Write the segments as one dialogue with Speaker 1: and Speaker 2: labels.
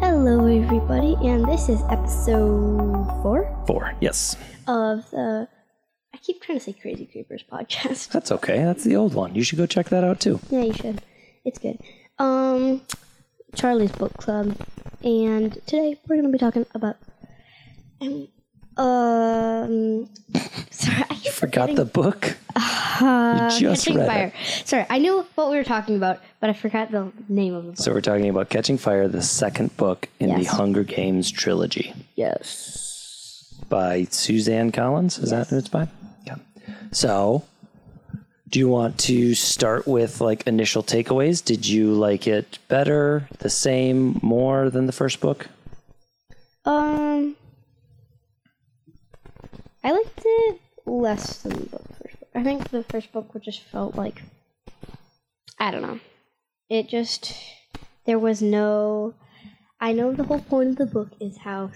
Speaker 1: Hello, everybody, and this is episode four
Speaker 2: Four. Yes.
Speaker 1: of the. I keep trying to say Crazy Creepers podcast.
Speaker 2: That's okay. That's the old one. You should go check that out too.
Speaker 1: Yeah, you should. It's good. Um, Charlie's book club, and today we're gonna be talking about. Um, um sorry, I keep
Speaker 2: Forgot the book. you just
Speaker 1: Catching
Speaker 2: read
Speaker 1: Fire.
Speaker 2: it.
Speaker 1: Sorry, I knew what we were talking about, but I forgot the name of the book.
Speaker 2: So we're talking about Catching Fire, the second book in the
Speaker 1: Yes.
Speaker 2: Hunger Games trilogy
Speaker 1: Yes.
Speaker 2: by Suzanne Collins. Is that who it's by? Yeah. So, do you want to start with like initial takeaways? Did you like it better, the same, more than the first book?
Speaker 1: Um, I liked it less than the book first book. I think the first book would just felt like I don't know. It just there was no. I know the whole point of the book is how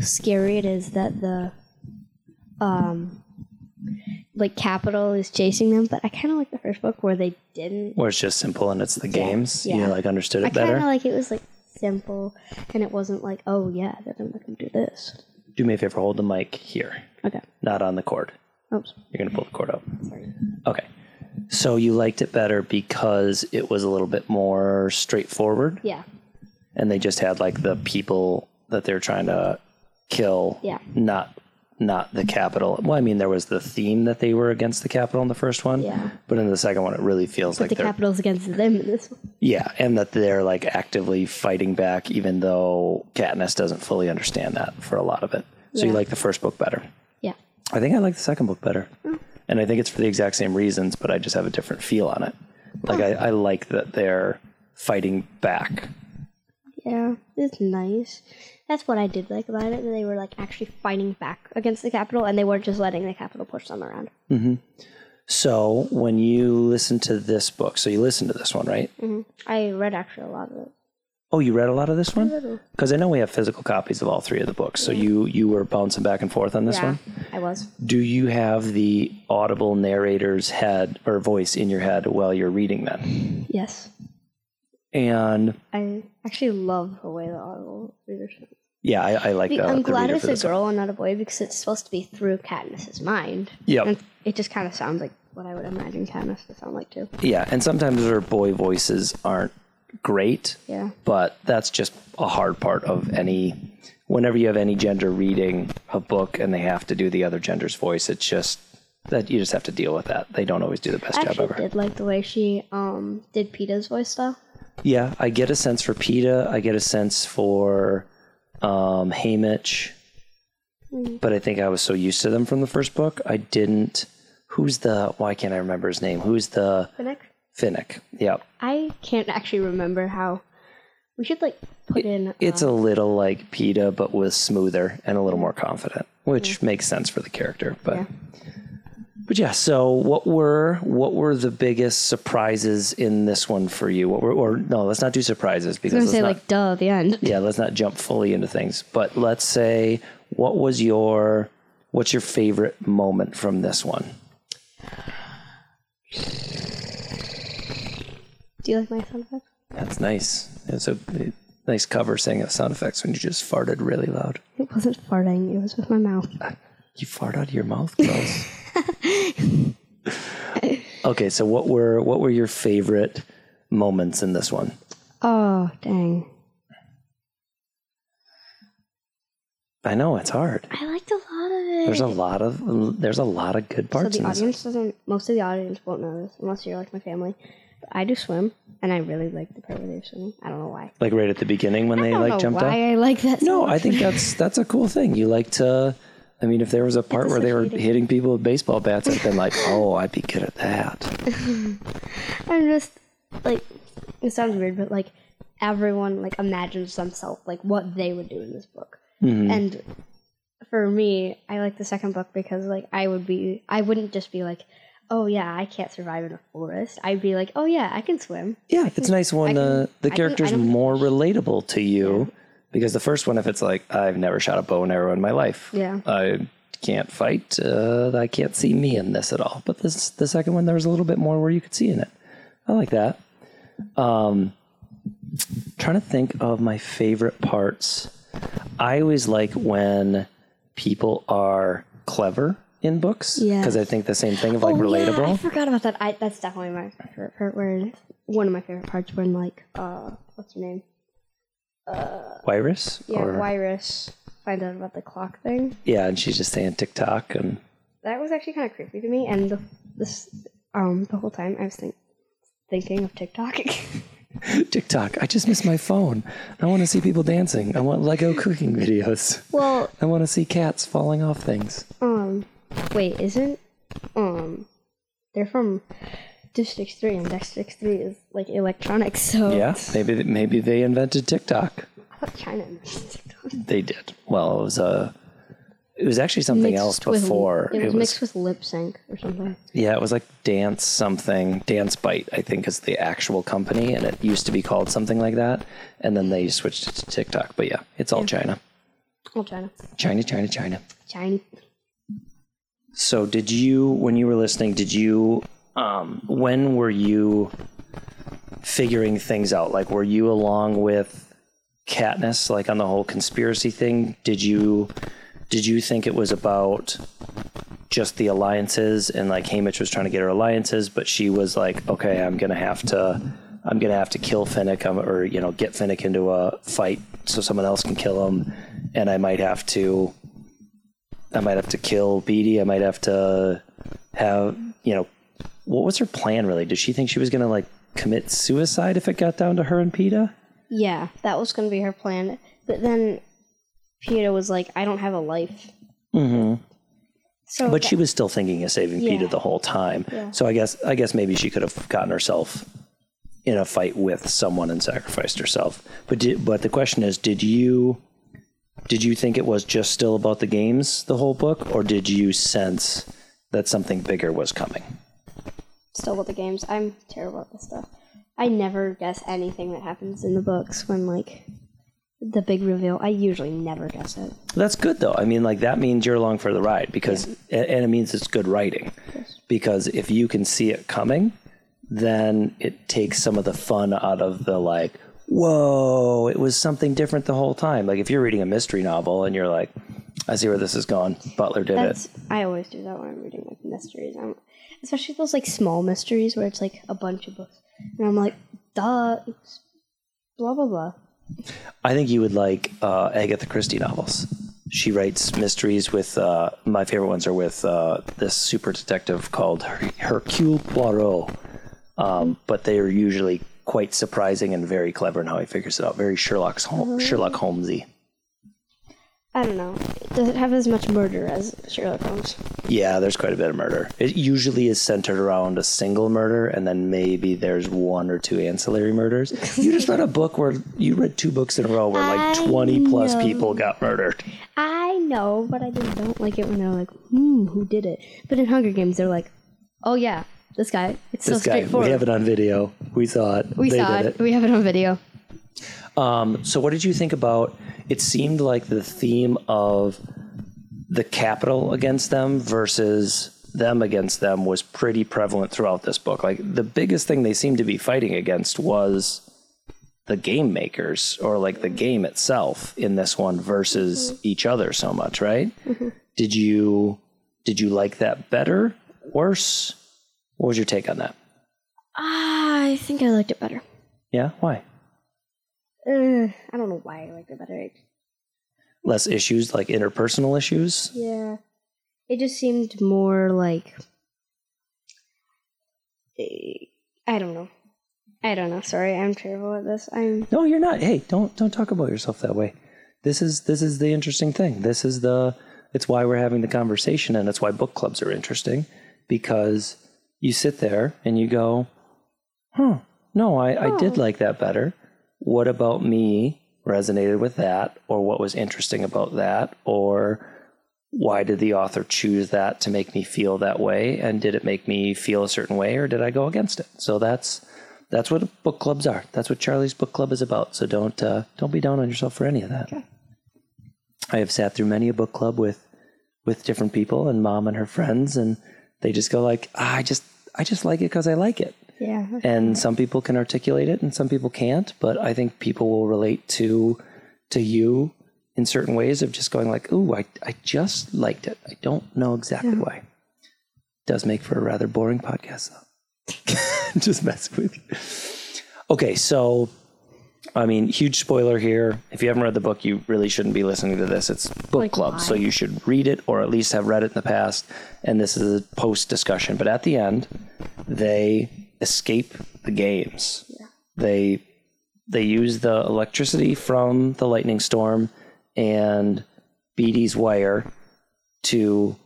Speaker 1: scary it is that the um like capital is chasing them, but I kind of like the first book where they didn't.
Speaker 2: Or it's just simple and it's the games?
Speaker 1: yeah.
Speaker 2: You like understood it
Speaker 1: I
Speaker 2: better?
Speaker 1: kind of like it was like simple, and it wasn't like oh yeah they're gonna make them do this.
Speaker 2: do me a favor, hold the mic here,
Speaker 1: Okay.
Speaker 2: not on the cord.
Speaker 1: Oops.
Speaker 2: You're going to pull the cord out.
Speaker 1: Sorry.
Speaker 2: Okay. So you liked it better because it was a little bit more straightforward
Speaker 1: Yeah.
Speaker 2: and they just had like the people that they're trying to kill.
Speaker 1: Yeah.
Speaker 2: Not not the capital. Well, I mean there was the theme that they were against the capital in the first one.
Speaker 1: Yeah.
Speaker 2: But in the second one it really feels like
Speaker 1: the
Speaker 2: they're
Speaker 1: Capitals against them in this one.
Speaker 2: Yeah, and that they're like actively fighting back even though Katniss doesn't fully understand that for a lot of it. So you
Speaker 1: Yeah.
Speaker 2: like the first book better.
Speaker 1: Yeah.
Speaker 2: I think I like the second book better.
Speaker 1: Mm.
Speaker 2: And I think it's for the exact same reasons, but I just have a different feel on it. Like, I, I like that they're fighting back.
Speaker 1: Yeah. It's nice. That's what I did like about it. that They were like actually fighting back against the Capitol and they weren't just letting the Capitol push them around.
Speaker 2: So, when you listen to this book, so you listen to this one, right?
Speaker 1: Mm. I read actually a lot of it.
Speaker 2: Oh, you read a lot of this one? Because I know we have physical copies of all three of the books. So, you, you were bouncing back and forth on this
Speaker 1: yeah.
Speaker 2: one?
Speaker 1: I was.
Speaker 2: Do you have the audible narrator's head or voice in your head while you're reading them?
Speaker 1: Yes.
Speaker 2: And
Speaker 1: I actually love the way the audible readers.
Speaker 2: yeah, I, I like the,
Speaker 1: I'm
Speaker 2: the
Speaker 1: glad
Speaker 2: reader
Speaker 1: it's
Speaker 2: for
Speaker 1: a
Speaker 2: this one.
Speaker 1: girl and not a boy because it's supposed to be through Katniss's mind.
Speaker 2: Yep.
Speaker 1: And it just kind of sounds like what I would imagine Katniss to sound like too.
Speaker 2: Yeah, and sometimes her boy voices aren't great,
Speaker 1: Yeah.
Speaker 2: but that's just a hard part of any. Whenever you have any gender reading a book and they have to do the other gender's voice, it's just that you just have to deal with that. They don't always do the best
Speaker 1: I
Speaker 2: job
Speaker 1: actually
Speaker 2: ever.
Speaker 1: did like the way she um did Peta's voice though.
Speaker 2: Yeah, I get a sense for PETA. I get a sense for um, Haymitch.
Speaker 1: Mm.
Speaker 2: But I think I was so used to them from the first book, I didn't. Who's the? Why can't I remember his name? Who's the
Speaker 1: The next
Speaker 2: Finnick? Yep.
Speaker 1: I can't actually remember how. We should like put in.
Speaker 2: It's a little like PETA, but with smoother and a little more confident, which makes sense for the character. But
Speaker 1: Yeah.
Speaker 2: but yeah, so what were what were the biggest surprises in this one for you? What were or no, let's not do surprises
Speaker 1: I
Speaker 2: because
Speaker 1: was gonna
Speaker 2: let's
Speaker 1: say
Speaker 2: not,
Speaker 1: like duh the end.
Speaker 2: yeah, let's not jump fully into things. But let's say what was your what's your favorite moment from this one?
Speaker 1: Do you like my sound effect?
Speaker 2: That's nice. It's a nice cover saying of sound effects when you just farted really loud.
Speaker 1: It wasn't farting. It was with my mouth.
Speaker 2: You fart out of your mouth, girls. okay, so what were what were your favorite moments in this one?
Speaker 1: Oh dang!
Speaker 2: I know it's hard.
Speaker 1: I liked a lot of it.
Speaker 2: There's a lot of there's a lot of good
Speaker 1: so
Speaker 2: parts
Speaker 1: the
Speaker 2: in this.
Speaker 1: audience doesn't. Most of the audience won't know this unless you're like my family. But I do swim, and I really like the part where they're swimming. I don't know why.
Speaker 2: Like right at the beginning when they
Speaker 1: I don't
Speaker 2: like
Speaker 1: know
Speaker 2: jumped out.
Speaker 1: why I like that. so
Speaker 2: No, I
Speaker 1: much.
Speaker 2: think that's that's a cool thing. You like to. I mean, if there was a part where they were hitting people with baseball bats, I'd been like, "Oh, I'd be good at that."
Speaker 1: I'm just like it sounds weird, but like everyone like imagines themselves like what they would do in this book.
Speaker 2: Mm-hmm.
Speaker 1: And for me, I like the second book because like I would be I wouldn't just be like, Oh yeah, I can't survive in a forest. I'd be like, Oh yeah, I can swim.
Speaker 2: Yeah, it's nice when the the
Speaker 1: I
Speaker 2: character's
Speaker 1: don't-
Speaker 2: more relatable to you, because the first one, if it's like, "I've never shot a bow and arrow in my life,"
Speaker 1: Yeah.
Speaker 2: I can't fight. Uh, I can't see me in this at all. But this the second one, there was a little bit more where you could see in it. I like that. Um, trying to think of my favorite parts. I always like when people are clever in books
Speaker 1: Yes.
Speaker 2: because I think the same thing of like
Speaker 1: Oh, Yeah, I
Speaker 2: relatable.
Speaker 1: forgot about that. I, that's definitely my favorite part. Where one of my favorite parts when like uh, what's her name?
Speaker 2: Virus,
Speaker 1: Yeah,
Speaker 2: or
Speaker 1: Wyrus finds out about the clock thing.
Speaker 2: yeah, and she's just saying TikTok and
Speaker 1: That was actually kind of creepy to me. And the, this um the whole time I was think, thinking of TikTok.
Speaker 2: TikTok. I just miss my phone. I want to see people dancing. I want Lego cooking videos.
Speaker 1: well,
Speaker 2: I want to see cats falling off things.
Speaker 1: um, wait, isn't um they're from District Three, and District Three is like electronics. So
Speaker 2: Yeah, maybe maybe they invented TikTok.
Speaker 1: I thought China invented TikTok.
Speaker 2: They did. Well, it was a. It was actually something else
Speaker 1: Mixed with-
Speaker 2: before.
Speaker 1: it was mixed with lip sync or something.
Speaker 2: Yeah, it was like Dance something. Dance Bite, I think, is the actual company, and it used to be called something like that. And then they switched it to TikTok. But yeah, it's all China.
Speaker 1: Oh, China,
Speaker 2: China, China, China.
Speaker 1: China.
Speaker 2: So, did you, when you were listening, did you, um, when were you figuring things out? Like, were you along with Katniss, like on the whole conspiracy thing? Did you, did you think it was about just the alliances and like Haymitch was trying to get her alliances, but she was like, okay, I'm gonna have to, I'm gonna have to kill Finnick um, or you know get Finnick into a fight so someone else can kill him, and I might have to, I might have to kill Beatty, I might have to have you know, what was her plan really? Did she think she was gonna like commit suicide if it got down to her and Peta?
Speaker 1: Yeah, that was going to be her plan. But then Peter was like, I don't have a life.
Speaker 2: Mm-hmm.
Speaker 1: So
Speaker 2: But she was still thinking of saving
Speaker 1: Yeah.
Speaker 2: Peta the whole time.
Speaker 1: Yeah.
Speaker 2: So I guess I guess maybe she could have gotten herself in a fight with someone and sacrificed herself. But did, but the question is, did you did you think it was just still about the games the whole book, or did you sense that something bigger was coming?
Speaker 1: still with the games. I'm terrible at this stuff. I never guess anything that happens in the books when, like, the big reveal. I usually never guess it.
Speaker 2: That's good though. I mean, like that means you're along for the ride because, and- and it means it's good writing. Because if you can see it coming, then it takes some of the fun out of the like, whoa, it was something different the whole time. Like if you're reading a mystery novel and you're like, I see where this is going. Butler did
Speaker 1: That's
Speaker 2: it.
Speaker 1: I always do that when I'm reading like mysteries. I'm, especially those like small mysteries where it's like a bunch of books, and I'm like, duh, it's blah blah blah.
Speaker 2: I think you would like uh, Agatha Christie novels. She writes mysteries with uh, my favorite ones are with uh, this super detective called Her- Hercule Poirot. Um, but they are usually quite surprising and very clever in how he figures it out. Very Sherlock's Hol- Sherlock Holmesy.
Speaker 1: I don't know. Does it have as much murder as Sherlock Holmes?
Speaker 2: Yeah, there's quite a bit of murder. It usually is centered around a single murder, and then maybe there's one or two ancillary murders. You just read a book where you read two books in a row where like
Speaker 1: I
Speaker 2: 20 plus
Speaker 1: know.
Speaker 2: people got murdered.
Speaker 1: I know, but I just don't like it when they're like, hmm, who did it? But in Hunger Games, they're like, oh yeah, this guy. It's so
Speaker 2: this guy.
Speaker 1: straightforward.
Speaker 2: We have it on video. We saw it.
Speaker 1: We
Speaker 2: they
Speaker 1: saw
Speaker 2: did
Speaker 1: it. We have it on video.
Speaker 2: Um, so, what did you think about? It seemed like the theme of the capital against them versus them against them was pretty prevalent throughout this book. Like the biggest thing they seemed to be fighting against was the game makers or like the game itself in this one
Speaker 1: Mm-hmm.
Speaker 2: versus each other so much, right? Did you did you like that better, worse? What was your take on that?
Speaker 1: I think I liked it better.
Speaker 2: Yeah, why?
Speaker 1: Ugh, Uh, I don't know why I liked it better. It-
Speaker 2: less issues like interpersonal issues
Speaker 1: yeah, it just seemed more like eh, I don't know. I don't know. Sorry, I'm terrible at this. I'm
Speaker 2: no you're not hey don't don't talk about yourself that way this is this is the interesting thing this is the it's why we're having the conversation and it's why book clubs are interesting because you sit there and you go huh no i, I did like that better what about me resonated with that or what was interesting about that or why did the author choose that to make me feel that way and did it make me feel a certain way or did i go against it so that's that's what book clubs are that's what charlie's book club is about so don't uh, don't be down on yourself for any of that i have sat through many a book club with with different people and mom and her friends and they just go like ah, i just i just like it because i like it
Speaker 1: Yeah. that's-
Speaker 2: and some people can articulate it and some people can't but i think people will relate to to you in certain ways of just going like ooh i, I just liked it i don't know exactly why does make for a rather boring podcast though just mess with you okay so i mean huge spoiler here if you haven't read the book you really shouldn't be listening to this it's book
Speaker 1: Like,
Speaker 2: club
Speaker 1: why?
Speaker 2: so you should read it or at least have read it in the past and this is a post discussion but at the end they escape the games. They they use the electricity from the lightning storm and BD's wire to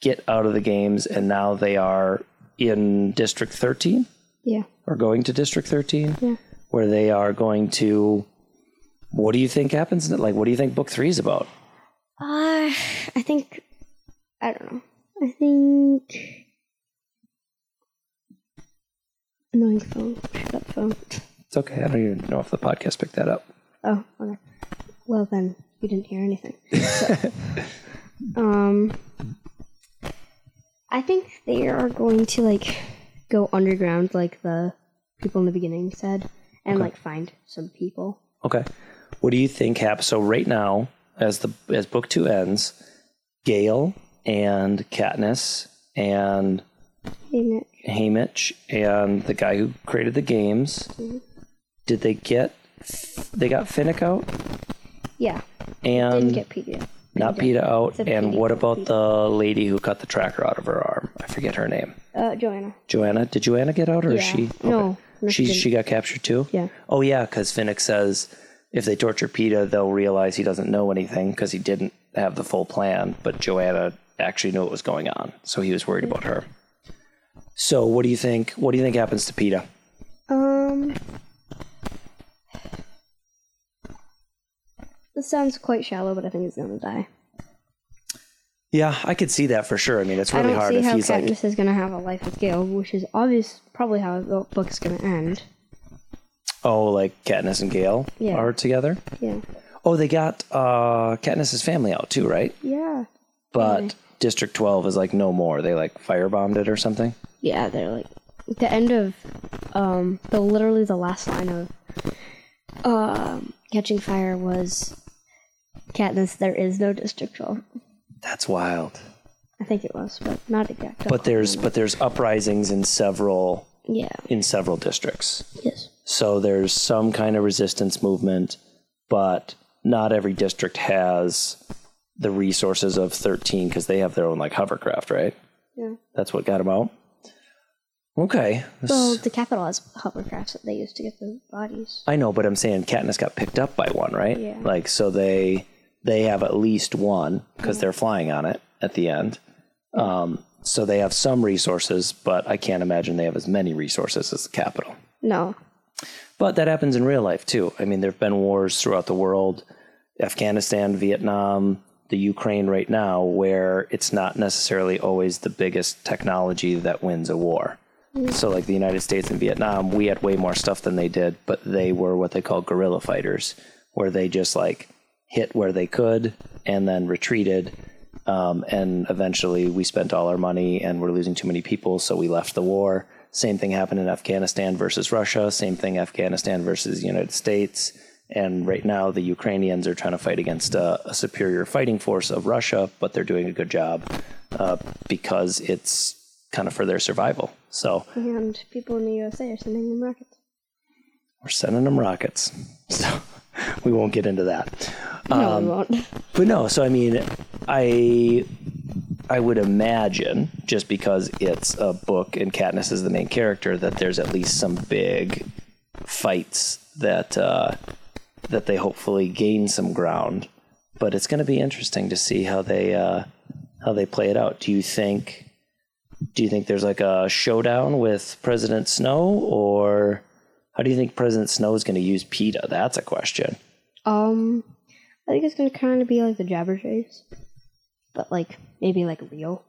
Speaker 2: get out of the games and now they are in district 13
Speaker 1: yeah.
Speaker 2: or going to district 13
Speaker 1: Yeah.
Speaker 2: where they are going to what do you think happens in it? like what do you think book 3 is about
Speaker 1: Uh, I think I don't know. I think annoying phone. Shut up, phone.
Speaker 2: it's okay i don't even know if the podcast picked that up
Speaker 1: Oh, okay. Well then, you didn't hear anything. So, um, I think they are going to like go underground, like the people in the beginning said, and like find some people.
Speaker 2: Okay. What do you think happens? So right now, as the as book two ends, Gale and Katniss and
Speaker 1: Isn't it?
Speaker 2: Haymitch and the guy who created the games,
Speaker 1: Mm-hmm.
Speaker 2: did they get? They got Finnick out
Speaker 1: Yeah,
Speaker 2: and Hmm.
Speaker 1: didn't get PJ.
Speaker 2: not Peta out.
Speaker 1: Said
Speaker 2: And
Speaker 1: Peta,
Speaker 2: what
Speaker 1: not
Speaker 2: about
Speaker 1: Peta.
Speaker 2: the lady who cut the tracker out of her arm? I forget her name.
Speaker 1: Uh, Joanna.
Speaker 2: Joanna. Did Joanna get out or is
Speaker 1: Yeah.
Speaker 2: she?
Speaker 1: No, no, she
Speaker 2: she she got captured too.
Speaker 1: Yeah.
Speaker 2: Oh yeah, because Finnick says if they torture Peta, they'll realize he doesn't know anything because he didn't have the full plan. But Joanna actually knew what was going on, so he was worried about her. So what do you think? What do you think happens to Peta?
Speaker 1: Um, this sounds quite shallow, but I think he's gonna die.
Speaker 2: Yeah, I could see that for sure. I mean, it's
Speaker 1: I
Speaker 2: really
Speaker 1: don't
Speaker 2: hard
Speaker 1: see
Speaker 2: if
Speaker 1: how
Speaker 2: he's
Speaker 1: Katniss
Speaker 2: like,
Speaker 1: is gonna have a life with Gale, which is obvious, probably how the book's gonna end.
Speaker 2: oh, like Katniss and Gale
Speaker 1: Yeah.
Speaker 2: are together.
Speaker 1: Yeah,
Speaker 2: Oh, they got uh, Katniss's family out too, right?
Speaker 1: yeah,
Speaker 2: But District Twelve is like no more. They like firebombed it or something.
Speaker 1: yeah. They're like the end of, um, the literally the last line of, um, Catching Fire was, Katniss, there is no District Twelve.
Speaker 2: That's wild.
Speaker 1: I think it was, but not exact.
Speaker 2: But there's but there's uprisings in several
Speaker 1: yeah,
Speaker 2: in several districts.
Speaker 1: yes,
Speaker 2: So there's some kind of resistance movement, but not every district has the resources of 13 because they have their own like hovercraft, right?
Speaker 1: yeah.
Speaker 2: That's what got them out. Okay.
Speaker 1: Well, the capital has hovercrafts that they use to get the bodies.
Speaker 2: I know, but I'm saying Katniss got picked up by one, right?
Speaker 1: Yeah.
Speaker 2: Like so they they have at least one because they're flying on it at the end. Um, so they have some resources, but I can't imagine they have as many resources as the capital.
Speaker 1: No.
Speaker 2: But that happens in real life too. I mean, there have been wars throughout the world Afghanistan, Vietnam, the Ukraine right now, where it's not necessarily always the biggest technology that wins a war. So, like the United States and Vietnam, we had way more stuff than they did, but they were what they call guerrilla fighters, where they just like hit where they could and then retreated. Um, and eventually, we spent all our money and we're losing too many people, so we left the war. Same thing happened in Afghanistan versus Russia. Same thing Afghanistan versus the United States. And right now, the Ukrainians are trying to fight against uh, a, a superior fighting force of Russia, but they're doing a good job uh, because it's kind of for their survival. So
Speaker 1: And people in the USA are sending them rockets.
Speaker 2: we're sending them rockets. So we won't get into that.
Speaker 1: No,
Speaker 2: Um,
Speaker 1: we won't.
Speaker 2: But no, so I mean, I I would imagine just because it's a book and Katniss is the main character that there's at least some big fights that uh, that they hopefully gain some ground. But it's going to be interesting to see how they uh, how they play it out. Do you think? Do you think there's like a showdown with President Snow, or how do you think President Snow is going to use PETA? That's a question.
Speaker 1: Um, I think it's gonna kind of be like the Jabberjays, but like maybe like real.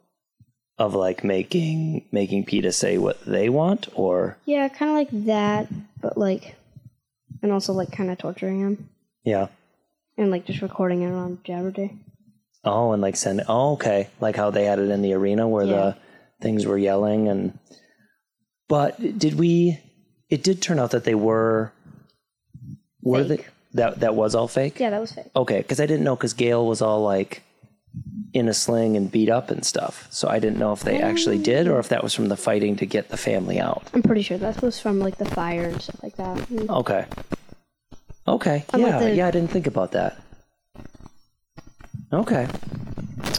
Speaker 2: of like making making PETA say what they want or
Speaker 1: Yeah, kind of like that, but like, and also like kind of torturing him
Speaker 2: yeah.
Speaker 1: and like just recording it on Jabberjay.
Speaker 2: Oh, and like send oh okay. Like how they had it in the arena where
Speaker 1: Yeah.
Speaker 2: the things were yelling and But did we? It did turn out that they were. Were
Speaker 1: Fake.
Speaker 2: they? That that was all fake.
Speaker 1: Yeah, that was fake.
Speaker 2: Okay, because I didn't know because Gail was all like in a sling and beat up and stuff. So I didn't know
Speaker 1: Um,
Speaker 2: if they actually did or if that was from the fighting to get the family out.
Speaker 1: I'm pretty sure that was from like the fire and stuff like that. Mm.
Speaker 2: Okay. Okay.
Speaker 1: Unlike
Speaker 2: yeah.
Speaker 1: the-
Speaker 2: Yeah. I didn't think about that. Okay.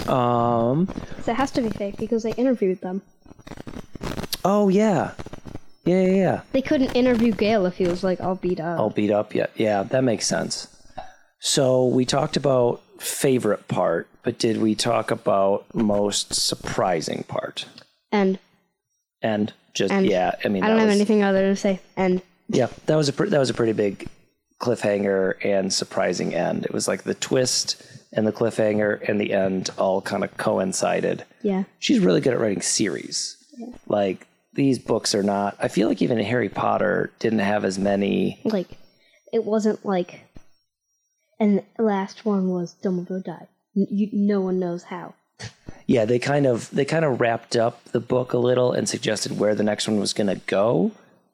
Speaker 2: Um.
Speaker 1: So it has to be fake because they interviewed them.
Speaker 2: Oh yeah. Yeah. Yeah. yeah.
Speaker 1: They couldn't interview Gail if he was like all beat up.
Speaker 2: all beat up yet. Yeah, that makes sense. So we talked about favorite part, but did we talk about most surprising part?
Speaker 1: And
Speaker 2: And just
Speaker 1: And
Speaker 2: yeah, I mean,
Speaker 1: I don't
Speaker 2: that
Speaker 1: have
Speaker 2: was,
Speaker 1: anything other to say. And
Speaker 2: Yeah, that was a pre- that was a pretty big cliffhanger and surprising end. It was like the twist and the cliffhanger and the end all kind of coincided.
Speaker 1: yeah,
Speaker 2: She's really good at writing series. Like these books are not. I feel like even Harry Potter didn't have as many.
Speaker 1: like it wasn't like. And the last one was Dumbledore died. N- you, no one knows how.
Speaker 2: yeah they kind of they kind of wrapped up the book a little and suggested where the next one was going to go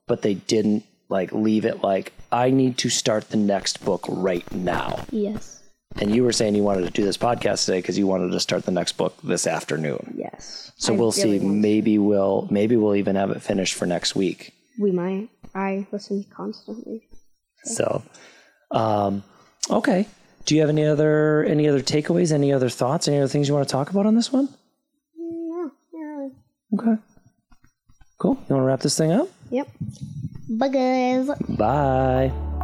Speaker 2: but they didn't like leave it like i need to start the next book right now
Speaker 1: Yes.
Speaker 2: and you were saying you wanted to do this podcast today because you wanted to start the next book this afternoon
Speaker 1: Yes.
Speaker 2: so
Speaker 1: I
Speaker 2: we'll
Speaker 1: really
Speaker 2: see
Speaker 1: want-
Speaker 2: maybe we'll maybe we'll even have it finished for next week
Speaker 1: We might. I listen constantly.
Speaker 2: so um okay do you have any other any other takeaways any other thoughts any other things you want to talk about on this one
Speaker 1: No, not really.
Speaker 2: okay cool you want to wrap this thing up
Speaker 1: Yep. Bye, guys.
Speaker 2: bye